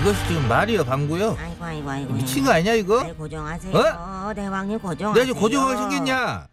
이것이 지금 말이여 방구여 아이고 아이고 아이고. 미친 거 아니야 이거? 날 고정하세요. 네, 어? 대왕님 고정하세요. 내가 지금 고정을 생겼냐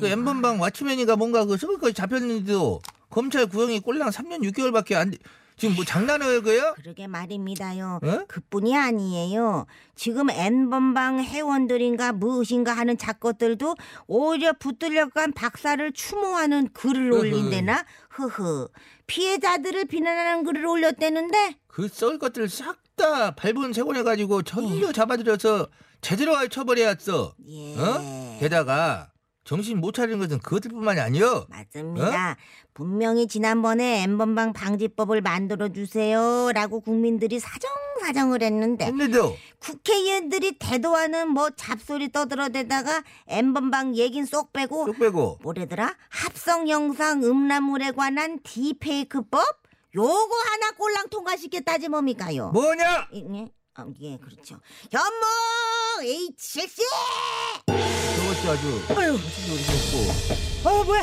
그 엠번방 왓츠맨이가 뭔가 그 서울까지 잡혔는데도 검찰 구형이 꼴랑 3년 6개월밖에 안 돼. 지금 뭐 장난할 거야? 그러게 말입니다요. 어? 그뿐이 아니에요. 지금 N번방 회원들인가 무엇인가 하는 작것들도 오히려 붙들려간 박사를 추모하는 글을 으흠. 올린대나? 흐흐. 피해자들을 비난하는 글을 올렸대는데? 그 썩을 것들을 싹 다 밟은 세곤해가지고 전혀 잡아들여서 제대로 아예 처벌해왔어 예. 어? 게다가 정신 못 차리는 것은 그것들뿐만이 아니여 맞습니다. 분명히 지난번에 N번방 방지법을 만들어주세요. 라고 국민들이 사정사정을 했는데. 했는데도 국회의원들이 대도하는 뭐 잡소리 떠들어대다가 엠번방 얘긴 쏙 빼고 쏙 빼고 뭐래더라 합성 영상 음란물에 관한 디페이크법 요거 하나 꼴랑 통과시켰다지 뭡니까요? 뭐냐 이- 예, 아, 예 그렇죠. 현몽 H7C 저것도 아주 아유, 어리고 어 뭐야?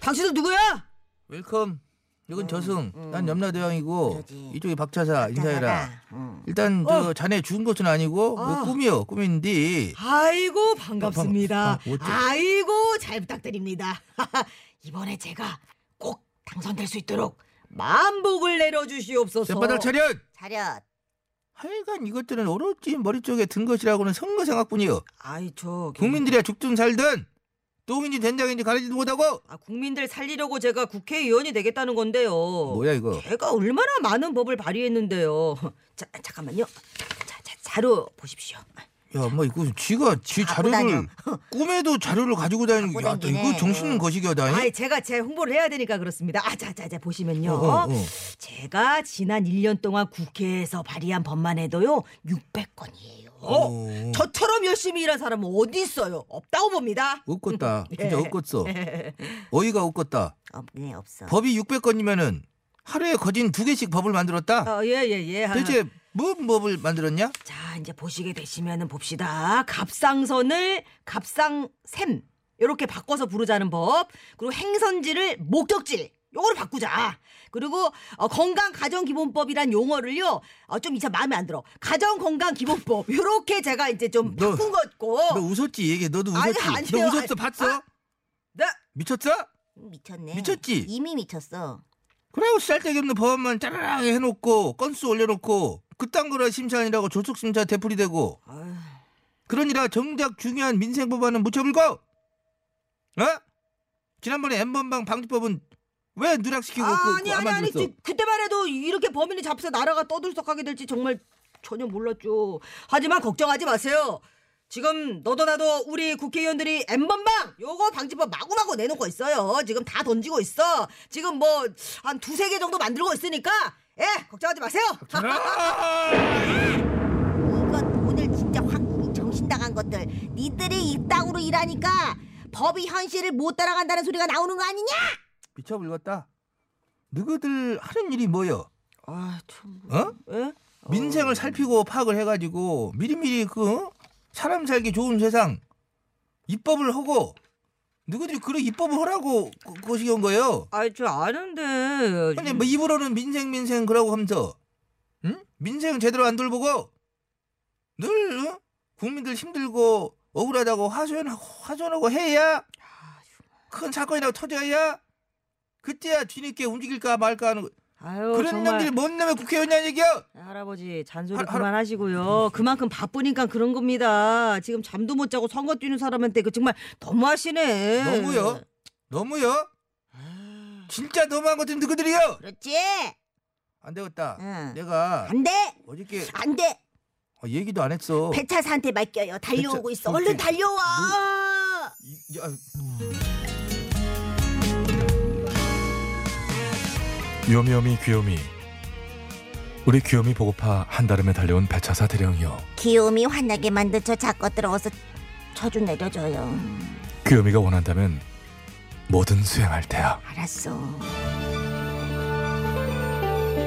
당신은 누구야? 웰컴 이건 저승 음. 난 염라대왕이고 그러지. 어. 이쪽이 박차사 인사해라 나가라. 응. 일단 저 자네 죽은 것은 아니고 아. 뭐 꿈이요 꿈인데 아이고 반갑습니다. 방- 방- 어째- 아이고 잘 부탁드립니다. 이번에 제가 꼭 당선될 수 있도록 만복을 내려주시옵소서. 쇳바닥 차렷 차렷. 하여간 이것들은 오로지 머리 쪽에 든 것이라고는 선거 생각뿐이요 아이 저 국민들이야 죽든 살든 똥인지 된장인지 가리지도 못하고 아, 국민들 살리려고 제가 국회의원이 되겠다는 건데요. 뭐야 이거 제가 얼마나 많은 법을 발의했는데요. 자 잠깐만요. 자, 자 자료 보십시오. 야 뭐 이거 쥐가 쥐 갖고 자료를 꿈에도 자료를 가지고 다니고 갖고 야, 너 다니네. 이거 정신은 거시기하다니 아이 제가 제 홍보를 해야 되니까 그렇습니다. 아자자자 보시면요. 어, 어. 제가 지난 1년 동안 국회에서 발의한 법만 해도요 600건이에요. 오. 어? 저처럼 열심히 일한 사람은 어디 있어요? 없다고 봅니다. 웃겄다 네. 예. 진짜 웃겄어 어이가 웃겄다 없네 없어. 법이 600건이면은 하루에 거진 두 개씩 법을 만들었다 어, 예예예. 대체 뭔 법을 만들었냐 자 이제 보시게 되시면은 봅시다. 갑상선을 갑상샘 이렇게 바꿔서 부르자는 법. 그리고 행선지를 목적지 요거로 바꾸자. 그리고 어, 건강 가정 기본법이란 용어를요. 어, 좀 이제 마음에 안 들어. 가정 건강 기본법 요렇게 제가 이제 좀 너- 바꾼 것고. 너 웃었지 얘기 너도 어. 아니, 웃었지 아니에요. 너 웃었어 아니, 봤어 아. 네. 미쳤어 미쳤네. 미쳤지? 이미 미쳤어. 그래고 쓸데기 없는 법안만 짜라랑 해놓고 건수 올려놓고 그딴 거라 심사하느라고 졸속 심사 대풀이 되고 아휴. 그러니라 정작 중요한 민생 법안은 묻혀불고 어 지난번에 엠번방 방지법은 왜 누락시키고 그- 아, 그거 아니 안 아니 아니 만들었어 지- 그때만 해도 이렇게 범인이 잡혀서 나라가 떠들썩하게 될지 정말 전혀 몰랐죠. 하지만 걱정하지 마세요. 지금 너도 나도 우리 국회의원들이 엠번방 요거 방지법 마구마구 내놓고 있어요. 지금 다 던지고 있어. 지금 뭐 한 두세 개 정도 만들고 있으니까 예 걱정하지 마세요. 이거 오늘 진짜 확 정신나간 것들 니들이 이 땅으로 일하니까 법이 현실을 못 따라간다는 소리가 나오는 거 아니냐? 미쳐불렀다 너희들 하는 일이 뭐여 아 참. 어? 예? 민생을 살피고 파악을 해가지고 미리미리 그 어? 사람 살기 좋은 세상 입법을 하고 누구들이 그런 입법을 하라고 그- 그것이 온 거예요. 아이 저 아는데. 근데 뭐 입으로는 민생 민생 그러고 하면서 응? 민생 제대로 안 돌보고 늘 어? 국민들 힘들고 억울하다고 화소연하고 화전하고 해야 큰 사건이라고 터져야 그때야 뒤늦게 움직일까 말까 하는 거. 아유 그런 놈들이 뭔 놈의 국회의원이냐 이겨? 할아버지 잔소리 할- 음. 할- 그만하시고요. 그만큼 바쁘니까 그런 겁니다. 지금 잠도 못 자고 선거 뛰는 사람한테 그 정말 너무하시네. 너무요? 너무요? 진짜 너무한 것들 누구들이요? 그렇지? 안 되겠다. 네. 응. 내가 안 돼! 어저께 안 돼! 아, 얘기도 안 했어. 배차사한테 맡겨요. 달려오고 배차- 음. 있어. 얼른 그렇지. 달려와! 아, 이- 야, 요미요미 귀요미 우리 귀요미 보고파 한달음에 달려온 배차사 대령이요 귀요미 환나게 만든 저 작것들 어서 쳐주 내려줘요. 귀요미가 원한다면 뭐든 수행할 테야 알았어.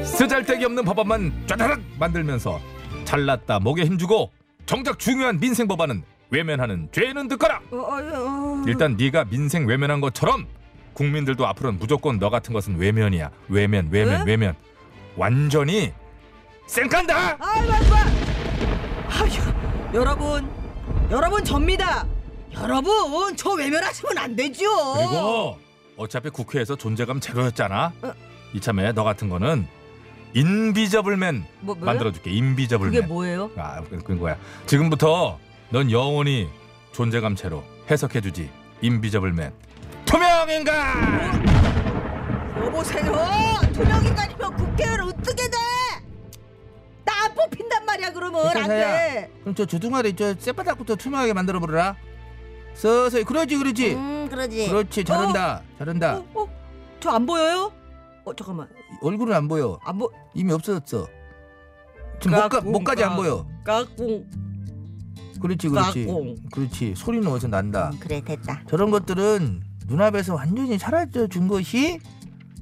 쓰잘데기 없는 법안만 짜다락 만들면서 잘났다 목에 힘주고 정작 중요한 민생 법안은 외면하는 죄는 듣거라 어. 일단 네가 민생 외면한 것처럼 국민들도 앞으로는 무조건 너 같은 것은 외면이야 외면 외면 응? 외면 완전히 쌩간다 아이고 아이고 아휴 여러분 여러분 접니다 여러분 저 외면하시면 안 되죠 그리고 어차피 국회에서 존재감 제로였잖아. 어. 이참에 너 같은 거는 인비저블맨 뭐, 뭐요? 만들어줄게. 인비저블맨. 그게 뭐예요? 아, 그- 그런 거야. 지금부터 넌 영원히 존재감 제로 해석해주지. 인비저블맨. 투명인간. 여보세요 투명인간이면 국회의원 어떻게 돼? 나 안 뽑힌단 말이야 그러면 백화사야. 안돼 그럼 저 조둥아리 저 쌔바닥부터 투명하게 만들어 버려라. 서서히 그러지 그러지. 음 그러지. 그렇지 잘한다 잘한다. 어? 어? 저 안 보여요? 어 잠깐만 얼굴은 안 보여. 안 보... 이미 없어졌어. 지금 목까, 까꿍, 목까지 안 까- 보여. 까꿍 그렇지 그렇지. 까꿍. 음. 그렇지 소리는 어디서 난다. 음, 그래 됐다. 저런 것들은 눈앞에서 완전히 사라져 준 것이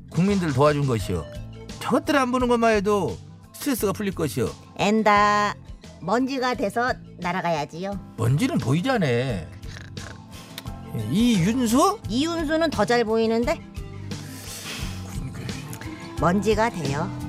국민들 도와준 것이요. 저것들 안 보는 것만 해도 스트레스가 풀릴 것이요. 엔다 먼지가 돼서 날아가야지요. 먼지는 보이지 않아. 이 윤수? 이윤수는 더 잘 보이는데. 먼지가 돼요.